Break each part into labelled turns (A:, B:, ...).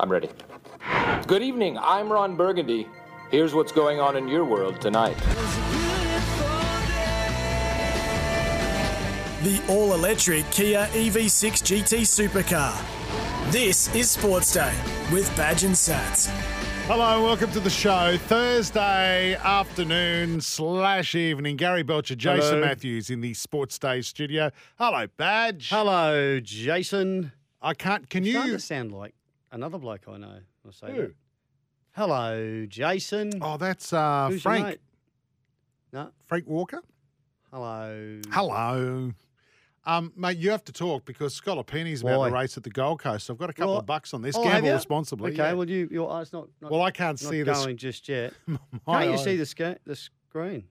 A: I'm ready. Good evening. I'm Ron Burgundy. Here's what's going on in your world tonight.
B: the all electric Kia E EV6 GT supercar. This is Sports Day with Badge and Sats.
C: Hello and welcome to the show. Thursday afternoon slash evening. Gary Belcher, Jason Matthews in the Sports Day studio. Hello, Badge.
D: Hello, Jason.
C: I can't. Can
D: You starting
C: you?
D: to sound like another bloke I know. I'll say
C: Who?
D: that. Hello, Jason.
C: Oh, that's uh,
D: Who's your
C: Frank.
D: mate? No.
C: Frank Walker.
D: Hello.
C: Hello. Um, mate, you have to talk because Scolopini's about
D: Why?
C: the race at the Gold Coast. I've got a couple
D: Well,
C: of bucks on this.
D: oh, have
C: Gamble
D: you?
C: responsibly.
D: Okay.
C: yeah.
D: Well, you your eyes not. not
C: Well, I can't
D: not
C: see this.
D: going just yet.
C: My
D: Can't you
C: eyes.
D: see the sca- the screen?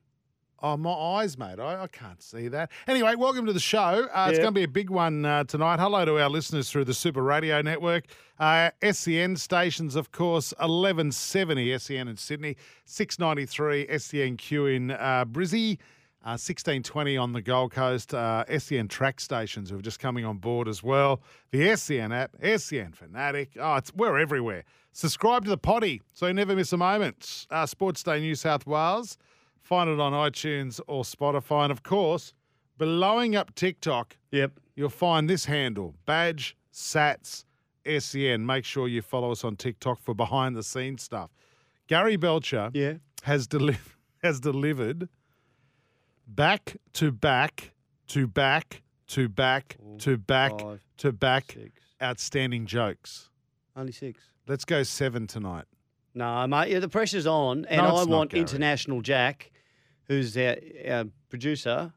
C: Oh, my eyes, mate. I, I can't see that. Anyway, welcome to the show. Uh, It's
D: Yeah.
C: going to be a big one uh, tonight. Hello to our listeners through the Super Radio Network. Uh, SEN stations, of course, 1170 SEN in Sydney, 693 SENQ in uh, Brizzy. Uh, 1620 on the Gold Coast, uh, SEN track stations who are just coming on board as well. The SEN app, SEN Fanatic. Oh, it's, we're everywhere. Subscribe to the potty so you never miss a moment. Uh, Sports Day New South Wales. Find it on iTunes or Spotify. And of course, blowing up TikTok,
D: Yep.
C: you'll find this handle badge sats sen. Make sure you follow us on TikTok for behind the scenes stuff. Gary Belcher
D: Yeah.
C: has, deli- has delivered back to back to back to back to back
D: five,
C: to back
D: Six.
C: outstanding jokes.
D: Only six.
C: Let's go seven tonight.
D: No, mate. Yeah, the pressure's on, and
C: No,
D: I
C: it's not,
D: want
C: Gary.
D: international Jack, who's our, our producer.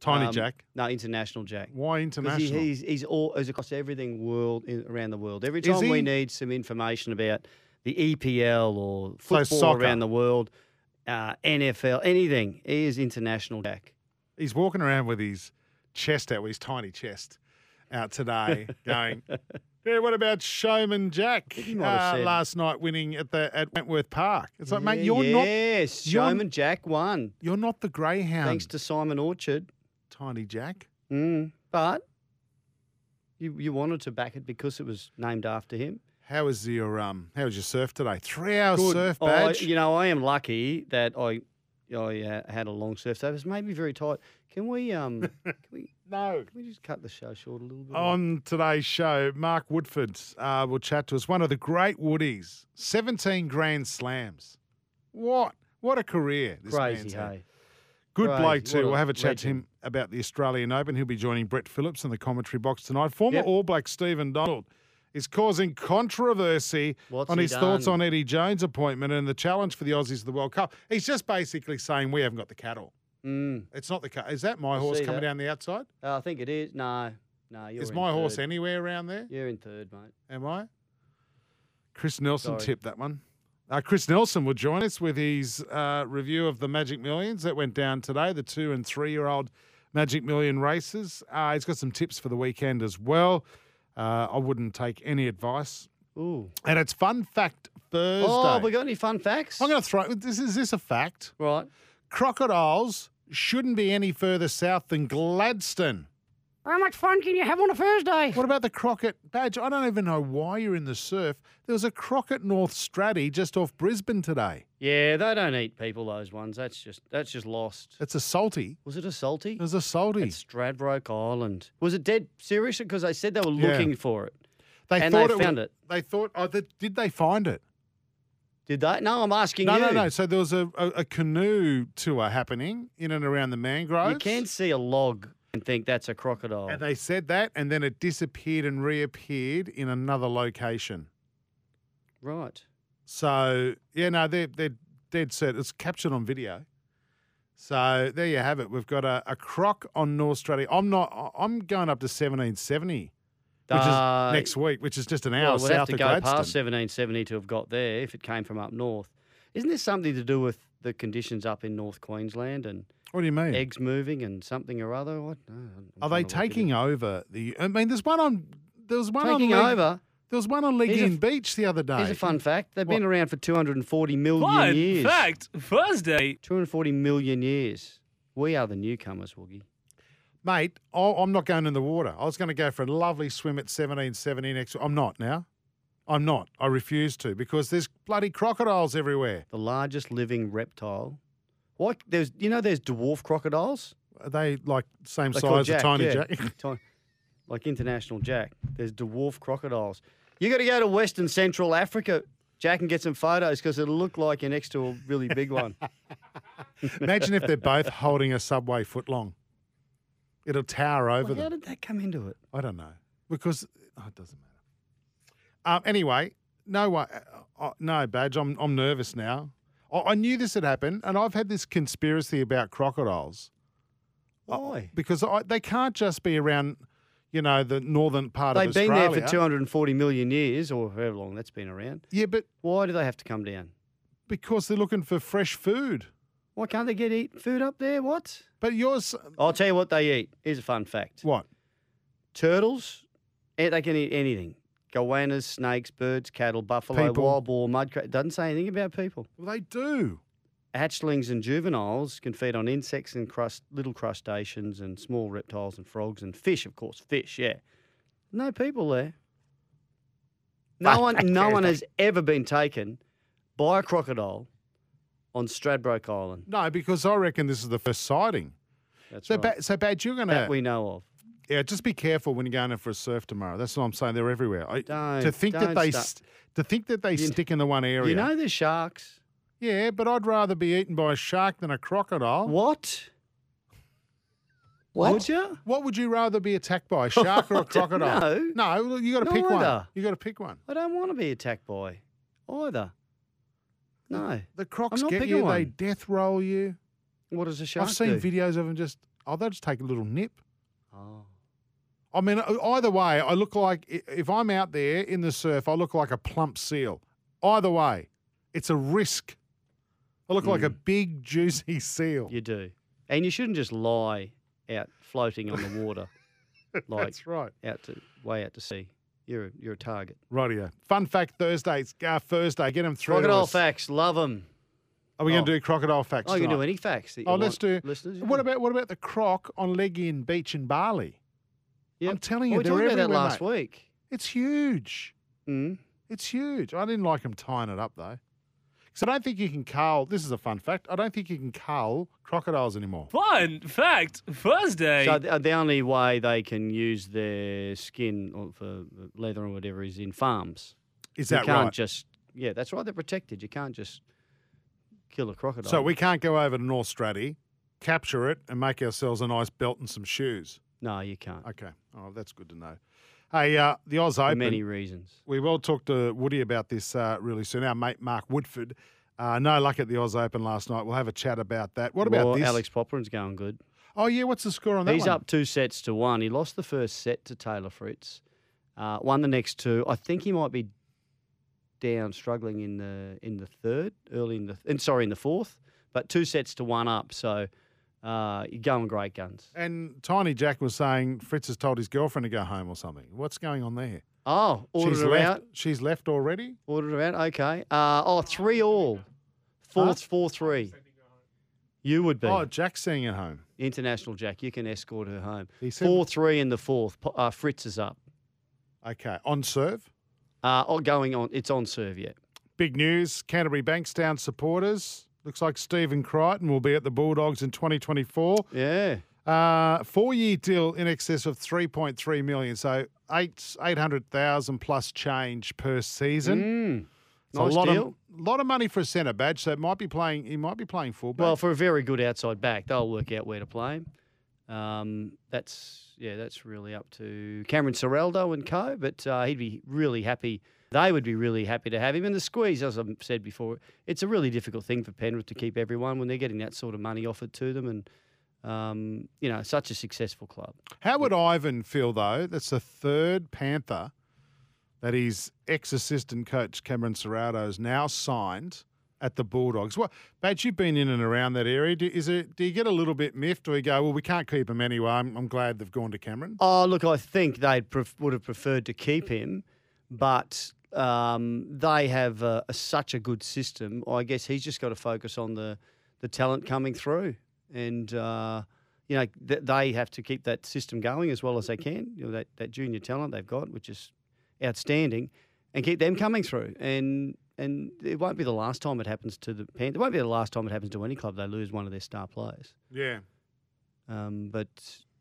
C: Tiny
D: um,
C: Jack.
D: No, international Jack.
C: Why
D: 'Cause
C: international?
D: He, he's he's all he's across everything world in, around the world. Every
C: Is
D: time
C: he?
D: we need some information about the EPL or
C: So
D: football
C: soccer.
D: around the world, uh, NFL, anything, he is international Jack.
C: he's walking around with his chest out, with his tiny chest out today, going, "Yeah, what about Showman Jack Uh,
D: He might have said-
C: last night winning at the at Wentworth Park?" It's like, mate,
D: Yeah,
C: you're not
D: yes,
C: you're-
D: Showman Jack won
C: you're not the greyhound,
D: thanks to Simon Orchard.
C: Tiny Jack.
D: Mm, but you you wanted to back it because it was named after him.
C: How was your um? How was your surf today? Three hour surf
D: I-
C: badge.
D: you know, I am lucky that I I uh, had a long surf day. It's made me very tight. Can we um? can we
C: no.
D: Can we just cut the show short a little bit?
C: On today's show, Mark Woodford uh, will chat to us. One of the great Woodies, seventeen Grand Slams. What? What a career! This man's
D: Crazy,
C: had.
D: hey.
C: Good
D: Great.
C: bloke
D: What
C: too.
D: a
C: We'll have a chat to
D: legend.
C: him about the Australian Open. He'll be joining Brett Phillips in the commentary box tonight. Former
D: Yep.
C: All Black Stephen Donald is causing controversy
D: What's
C: on
D: he
C: his thoughts
D: done?
C: on Eddie Jones' appointment and the challenge for the Aussies to the World Cup. He's just basically saying we haven't got the cattle.
D: Mm.
C: It's not the cattle. Is that my
D: I
C: horse
D: see
C: coming
D: that.
C: down the outside?
D: I think it is. No, no, you're
C: is
D: in
C: my
D: third.
C: horse anywhere around there?
D: You're in third, mate.
C: Am I? Chris Nelson
D: Sorry.
C: tipped that one. Uh, Chris Nelson will join us with his uh, review of the Magic Millions that went down today, the two and three year old Magic Million races. Uh, he's got some tips for the weekend as well. Uh, I wouldn't take any advice.
D: Ooh.
C: And it's Fun Fact Thursday.
D: Oh, we got any fun facts?
C: I'm going to throw this. Is this a fact?
D: Right.
C: Crocodiles shouldn't be any further south than Gladstone.
E: How much fun can you have on a Thursday?
C: What about the Crockett badge? I don't even know why you're in the surf. There was a Crockett North Stratty just off Brisbane today.
D: Yeah, they don't eat people. Those ones. That's just that's just lost.
C: It's a salty.
D: Was it a salty?
C: It was a salty.
D: At Stradbroke Island. Was it dead? Seriously? Because they said they were
C: Yeah.
D: looking for it.
C: they
D: and
C: thought
D: they
C: it was-
D: found it.
C: They thought. Oh, th- did they find it?
D: Did they? No, I'm asking
C: No,
D: you.
C: no, no. So there was a, a, a canoe tour happening in and around the mangroves.
D: You can see a log and think that's a crocodile.
C: And they said that, and then it disappeared and reappeared in another location.
D: right.
C: So yeah, no, they're they're dead set. It's captured on video. So there you have it. We've got a, a croc on North Australia. I'm not. I- I'm going up to 1770, which
D: Uh,
C: is next week, which is just an hour
D: Well, we'd have
C: south
D: to
C: of
D: go
C: Gladstone.
D: past 1770 to have got there if it came from up north. Isn't this something to do with the conditions up in North Queensland and
C: What do you mean?
D: eggs moving and something or other? What? No, I'm
C: Are they
D: trying to look at
C: taking
D: it. over?
C: The I mean, there's one on. There was one
D: Taking
C: on Leg-
D: over?
C: There was one on
D: Here's a
C: Legion
D: f-
C: Beach the other day.
D: Here's a fun fact. They've been around for 240 million
F: Fun
D: years.
F: fact, Thursday.
D: 240 million years. We are the newcomers, Woogie.
C: Mate, I- I'm not going in the water. I was going to go for a lovely swim at 1770 next. I'm not now. I'm not. I refuse to because there's bloody crocodiles everywhere.
D: The largest living reptile. What? There's, you know, there's dwarf crocodiles.
C: Are they like same
D: They call
C: size as tiny
D: yeah.
C: jack?
D: Ti- like international jack. There's dwarf crocodiles. You got to go to Western Central Africa, Jack, and get some photos because it'll look like you're next to a really big one.
C: Imagine if they're both holding a subway foot long. It'll tower over
D: Well,
C: them.
D: how did that come into it?
C: I don't know because oh, it doesn't matter. Um, anyway, no way, uh, uh, no badge. I'm I'm nervous now. I, I knew this had happened, and I've had this conspiracy about crocodiles
D: Why?
C: because I, they can't just be around, you know, the northern part
D: They've
C: of
D: been
C: Australia.
D: there for 240 million years or however long that's been around.
C: Yeah, but
D: Why do they have to come down?
C: because they're looking for fresh food.
D: Why can't they get eat food up there? What?
C: But yours,
D: I'll tell you what they eat. Here's a fun fact.
C: what?
D: Turtles, eh, they can eat anything. Goannas, snakes, birds, cattle, buffalo,
C: People.
D: wild boar, mudcrab. Doesn't say anything about people.
C: Well, they do.
D: Hatchlings and juveniles can feed on insects and crust, little crustaceans and small reptiles and frogs and fish, of course, fish, yeah. No people there. No one, no one has ever been taken by a crocodile on Stradbroke Island.
C: No, because I reckon this is the first sighting.
D: That's
C: So,
D: right.
C: ba- so badge, you're gonna
D: that we know of.
C: Yeah, just be careful when you're going in for a surf tomorrow. That's what I'm saying. They're everywhere. I, to
D: Don't-
C: think that
D: don't
C: they
D: start-
C: st- to think that they stick into one area.
D: You know there's sharks.
C: Yeah, but I'd rather be eaten by a shark than a crocodile. What,
D: What? Would you?
C: would you rather be attacked by, a shark or a crocodile?
D: know.
C: No, well, you got to
D: No
C: pick one.
D: either.
C: You got to pick one.
D: I don't want to be attacked by either. No.
C: The crocs
D: I'm not
C: get
D: picking
C: you. They
D: one.
C: death roll you.
D: What does a shark
C: I've seen
D: do?
C: videos of them just. Oh, they'll just take a little nip.
D: Oh.
C: I mean, e- either way, I look like i- if I'm out there in the surf, I look like a plump seal. Either way, it's a risk. I look like a
D: Mm.
C: big juicy seal.
D: You do. And you shouldn't just lie out floating on the water, like
C: That's right.
D: out to way out to sea. You're a, you're a target.
C: Rightio. Fun fact Thursday. It's uh, Thursday. Get them through. to
D: Crocodile
C: us.
D: facts, love them.
C: Are we going
D: Oh.
C: to do crocodile facts?
D: Oh, you can do
C: tonight?
D: any facts. That you
C: Oh, let's do.
D: want, Listeners, you
C: what
D: can-
C: about what about the croc on Legian Beach in Bali?
D: Yep.
C: I'm telling
D: Well,
C: you,
D: we
C: they're
D: talked about that
C: everywhere,
D: last
C: mate.
D: week.
C: It's huge.
D: Mm.
C: It's huge. I didn't like them tying it up though, because I don't think you can cull. This is a fun fact. I don't think you can cull crocodiles anymore.
F: Fun fact, Thursday.
D: So the, the only way they can use their skin or for leather or whatever is in farms.
C: Is
D: you
C: that
D: can't
C: right?
D: just yeah, that's right. They're protected. You can't just kill a crocodile.
C: So we can't go over to North Stratty, capture it, and make ourselves a nice belt and some shoes.
D: no, you can't.
C: Okay. Oh, that's good to know. Hey, uh, the Oz
D: For
C: Open.
D: many reasons.
C: We will talk to Woody about this uh, really soon. Our mate Mark Woodford. Uh, no luck at the Oz Open last night. We'll have a chat about that. What about
D: Well,
C: this?
D: Alex Popperin's going good.
C: Oh yeah, what's the score on that
D: He's
C: one?
D: up two sets to one. He lost the first set to Taylor Fritz, uh, won the next two. I think he might be down, struggling in the in the third, early in the and sorry in the fourth, but two sets to one up. So uh, you're going great guns.
C: And Tiny Jack was saying Fritz has told his girlfriend to go home or something. What's going on there?
D: Oh, ordered
C: she's
D: her
C: left.
D: out.
C: She's left already.
D: Ordered her out. Okay. Uh, oh, three all. Fourth, four, three. You would be.
C: Oh, Jack's staying at home.
D: International Jack, you can escort her home.
C: He said-
D: Four, three in the fourth. Po- Uh, Fritz is up.
C: Okay, on serve.
D: Uh, oh, going on. It's on serve yet.
C: Big news Canterbury Bankstown supporters. Looks like Stephen Crichton will be at the Bulldogs in 2024.
D: Yeah.
C: Uh, four year deal in excess of 3.3 million. So eight, 800,000 plus change per season.
D: Mm.
C: Hmm. It's
D: Nice
C: a lot
D: deal.
C: Of, lot of money for a centre badge. So it might be playing, he might be playing fullback.
D: well, for a very good outside back, they'll work out where to play him. Um, that's yeah, that's really up to Cameron Seraldo and co. But uh, he'd be really happy They would be really happy to have him. And the squeeze, as I've said before, it's a really difficult thing for Penrith to keep everyone when they're getting that sort of money offered to them. And, um, you know, such a successful club.
C: How would Ivan feel though? That's the third Panther that his ex-assistant coach Cameron Serrato has now signed at the Bulldogs. Well, Badge, you've been in and around that area. Do, is it? Do you get a little bit miffed, or you go, "Well, we can't keep him anyway." I'm, I'm glad they've gone to Cameron.
D: Oh, look, I think they pref- would have preferred to keep him, but um, they have uh, a, such a good system. I guess he's just got to focus on the, the talent coming through. And, uh, you know, th- they have to keep that system going as well as they can, you know, that, that junior talent they've got, which is outstanding, and keep them coming through. And and it won't be the last time it happens to the Panthers. It won't be the last time it happens to any club they lose one of their star players.
C: Yeah.
D: Um, but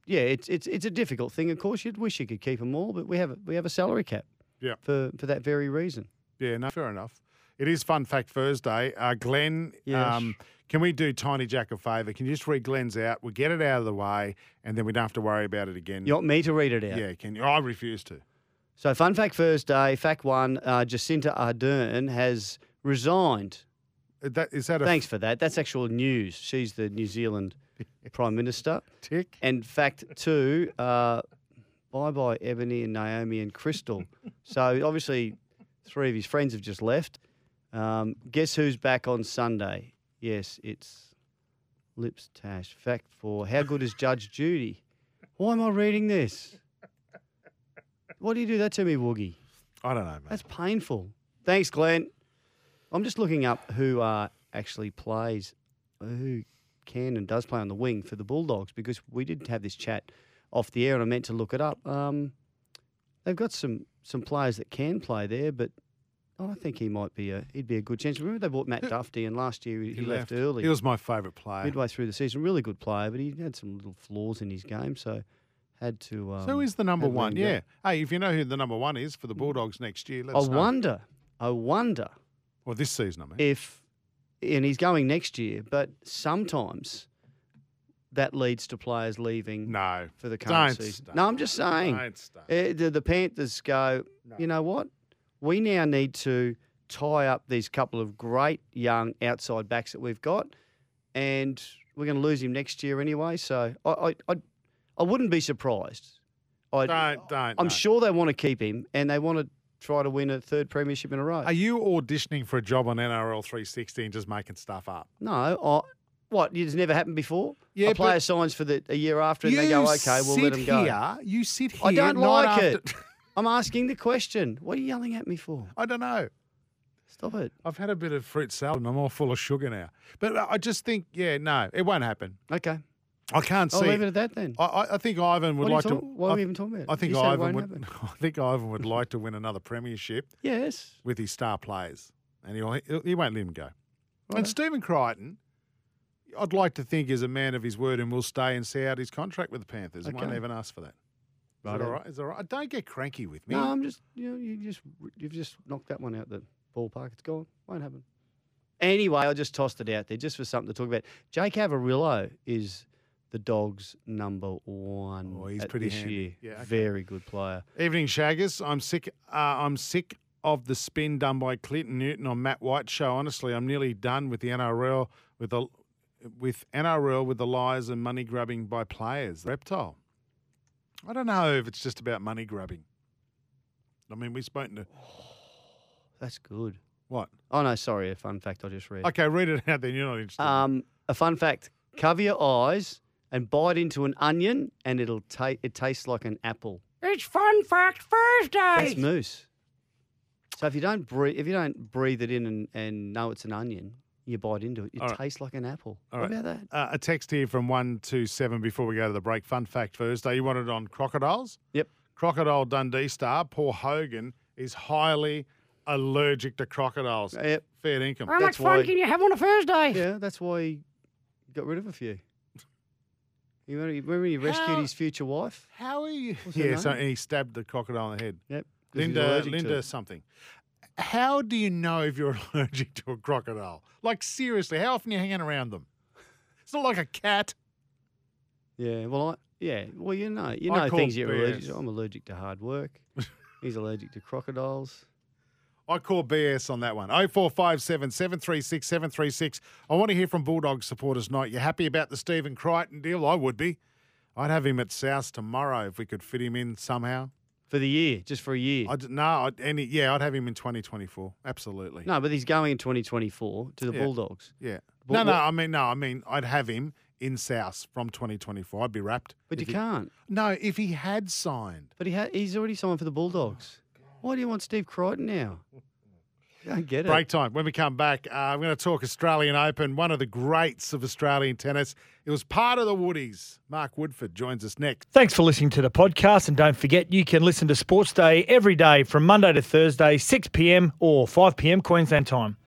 D: yeah, it's it's it's a difficult thing. Of course, you'd wish you could keep them all, but we have a, we have a salary cap.
C: Yeah.
D: For for that very reason.
C: Yeah, no, fair enough. It is Fun Fact Thursday. Uh, Glenn,
D: Yes.
C: um, can we do Tiny Jack a favour? Can you just read Glenn's out? We'll get it out of the way, and then we don't have to worry about it again.
D: You want me to read it
C: Mm.
D: out?
C: Yeah, can you? I refuse to.
D: So, fun fact Thursday, fact one: uh, Jacinta Ardern has resigned.
C: Is That, is that a
D: Thanks for that. That's actual news. She's the New Zealand Prime Minister.
C: tick?
D: And fact two, uh, bye bye Ebony and Naomi and Crystal. so obviously, three of his friends have just left. Um, guess who's back on Sunday? Yes, it's Lips Tash. Fact four. How good is Judge Judy? Why am I reading this? Why do you do that to me, Woogie?
C: I don't know, mate.
D: That's painful. Thanks, Glenn. I'm just looking up who uh, actually plays, who can and does play on the wing for the Bulldogs because we did have this chat off the air and I meant to look it up. Um, they've got some some players that can play there, but I think he might be a he'd be a good chance. Remember they bought Matt Duffy and last year he, he left, early,
C: He was my favourite player.
D: midway through the season. Really good player, but he had some little flaws in his game, so had to. Um,
C: so who's the number
D: had to
C: one?
D: let him go.
C: Yeah. Hey, if you know who the number one is for the Bulldogs next year, let us
D: I
C: know.
D: wonder. I wonder.
C: Or this season, I mean.
D: if and he's going next year, but sometimes that leads to players leaving
C: no.
D: for the
C: Don't
D: current season.
C: start.
D: No, I'm just saying.
C: Don't start.
D: eh, the, the Panthers go, you know what? We now need to tie up these couple of great young outside backs that we've got, and we're going to lose him next year anyway. So I, I, I, I wouldn't be surprised. I,
C: Don't, don't.
D: I'm
C: no.
D: sure they want to keep him, and they want to try to win a third premiership in a row.
C: Are you auditioning for a job on NRL 360 and just making stuff up?
D: No, I, what? It's never happened before.
C: Yeah,
D: a player
C: but-
D: signs for the a year after, and
C: you
D: they go, "Okay, we'll let
C: sit
D: him go."
C: Here, you sit here.
D: I don't
C: night
D: like it.
C: after-
D: I'm asking the question. What are you yelling at me for?
C: I don't know.
D: Stop it.
C: I've had a bit of fruit salad and I'm all full of sugar now. But I just think, yeah, no, it won't happen.
D: Okay,
C: I can't
D: I'll
C: see.
D: Oh, leave it at that then.
C: I- I, I think Ivan would
D: What are you
C: like to.
D: talking- why are
C: I-
D: we even talking about it?
C: I think
D: You said it
C: Ivan
D: won't
C: would. I think Ivan would like to win another premiership
D: yes.
C: with his star players, and he'll, he'll- he won't let him go. And Stephen Crichton, I'd like to think is a man of his word and will stay and see out his contract with the Panthers. I won't
D: Okay.
C: even ask for that. Is that
D: Righto.
C: all right? Is that all right? Don't get cranky with me.
D: No, I'm just you know you just you've just knocked that one out the ballpark. It's gone. Won't happen. Anyway, I just tossed it out there just for something to talk about. Jake Avarillo is the dog's number one.
C: Oh, he's
D: at
C: pretty
D: this
C: handy.
D: year.
C: Yeah, okay.
D: Very good player.
C: Evening, Shaggers. I'm sick. Uh, I'm sick of the spin done by Clinton Newton on Matt White's show. Honestly, I'm nearly done with the NRL with the with NRL with the lies and money grabbing by players. Reptile. I don't know if it's just about money grabbing. I mean, we've spoken to
D: That's good.
C: what?
D: Oh no, sorry, a fun fact I just read.
C: Okay, read it out. Then you're not interested.
D: Um, a fun fact: cover your eyes and bite into an onion, and it'll ta- it tastes like an apple.
E: It's Fun Fact Thursday.
D: That's moose. So if you don't breathe, if you don't breathe it in and, and know it's an onion, you bite into it. It
C: All right.
D: tastes like an apple.
C: All
D: what
C: right.
D: about that?
C: Uh, a text here from 127 before we go to the break. Fun fact Thursday. You wanted on crocodiles?
D: Yep.
C: Crocodile Dundee star, Paul Hogan, is highly allergic to crocodiles.
D: Yep.
C: Fair dinkum.
E: How much
D: That's
E: fun
D: why-
E: can you have on a Thursday?
D: Yeah, that's why he got rid of a few. You remember, you remember he rescued
C: How-
D: his future wife?
C: How are you?
D: What's her
C: Yeah, so
D: name?
C: and he stabbed the crocodile in the head.
D: Yep. 'cause he's
C: Linda,
D: allergic to
C: Linda
D: it.
C: something. How do you know if you're allergic to a crocodile? Like, seriously, how often are you hanging around them? It's not like a cat.
D: Yeah, well, I yeah, well, you know, you
C: I
D: know
C: call
D: things you're allergic
C: BS.
D: to. I'm allergic to hard work. He's allergic to crocodiles.
C: I call BS on that one. 0457 736 736. I want to hear from Bulldog supporters tonight. You happy about the Stephen Crichton deal? I would be. I'd have him at South tomorrow if we could fit him in somehow.
D: for the year, just for a year.
C: I'd, no, I'd, any, yeah, I'd have him in 2024. Absolutely.
D: no, but he's going in 2024 to the
C: Yeah.
D: Bulldogs.
C: Yeah.
D: But
C: no, no,
D: what-
C: I mean, no, I mean, I'd have him in South from 2024. I'd be wrapped.
D: But you can't.
C: No, if he had signed.
D: But he ha- he's already signed for the Bulldogs.
C: Oh,
D: Why do you want Steve Crichton now? I don't get it.
C: Break time. When we come back, uh, I'm going to talk Australian Open, one of the greats of Australian tennis. It was part of the Woodies. Mark Woodford joins us next.
G: Thanks for listening to the podcast. And don't forget, you can listen to Sports Day every day from Monday to Thursday, 6 p.m. or 5 p.m. Queensland time.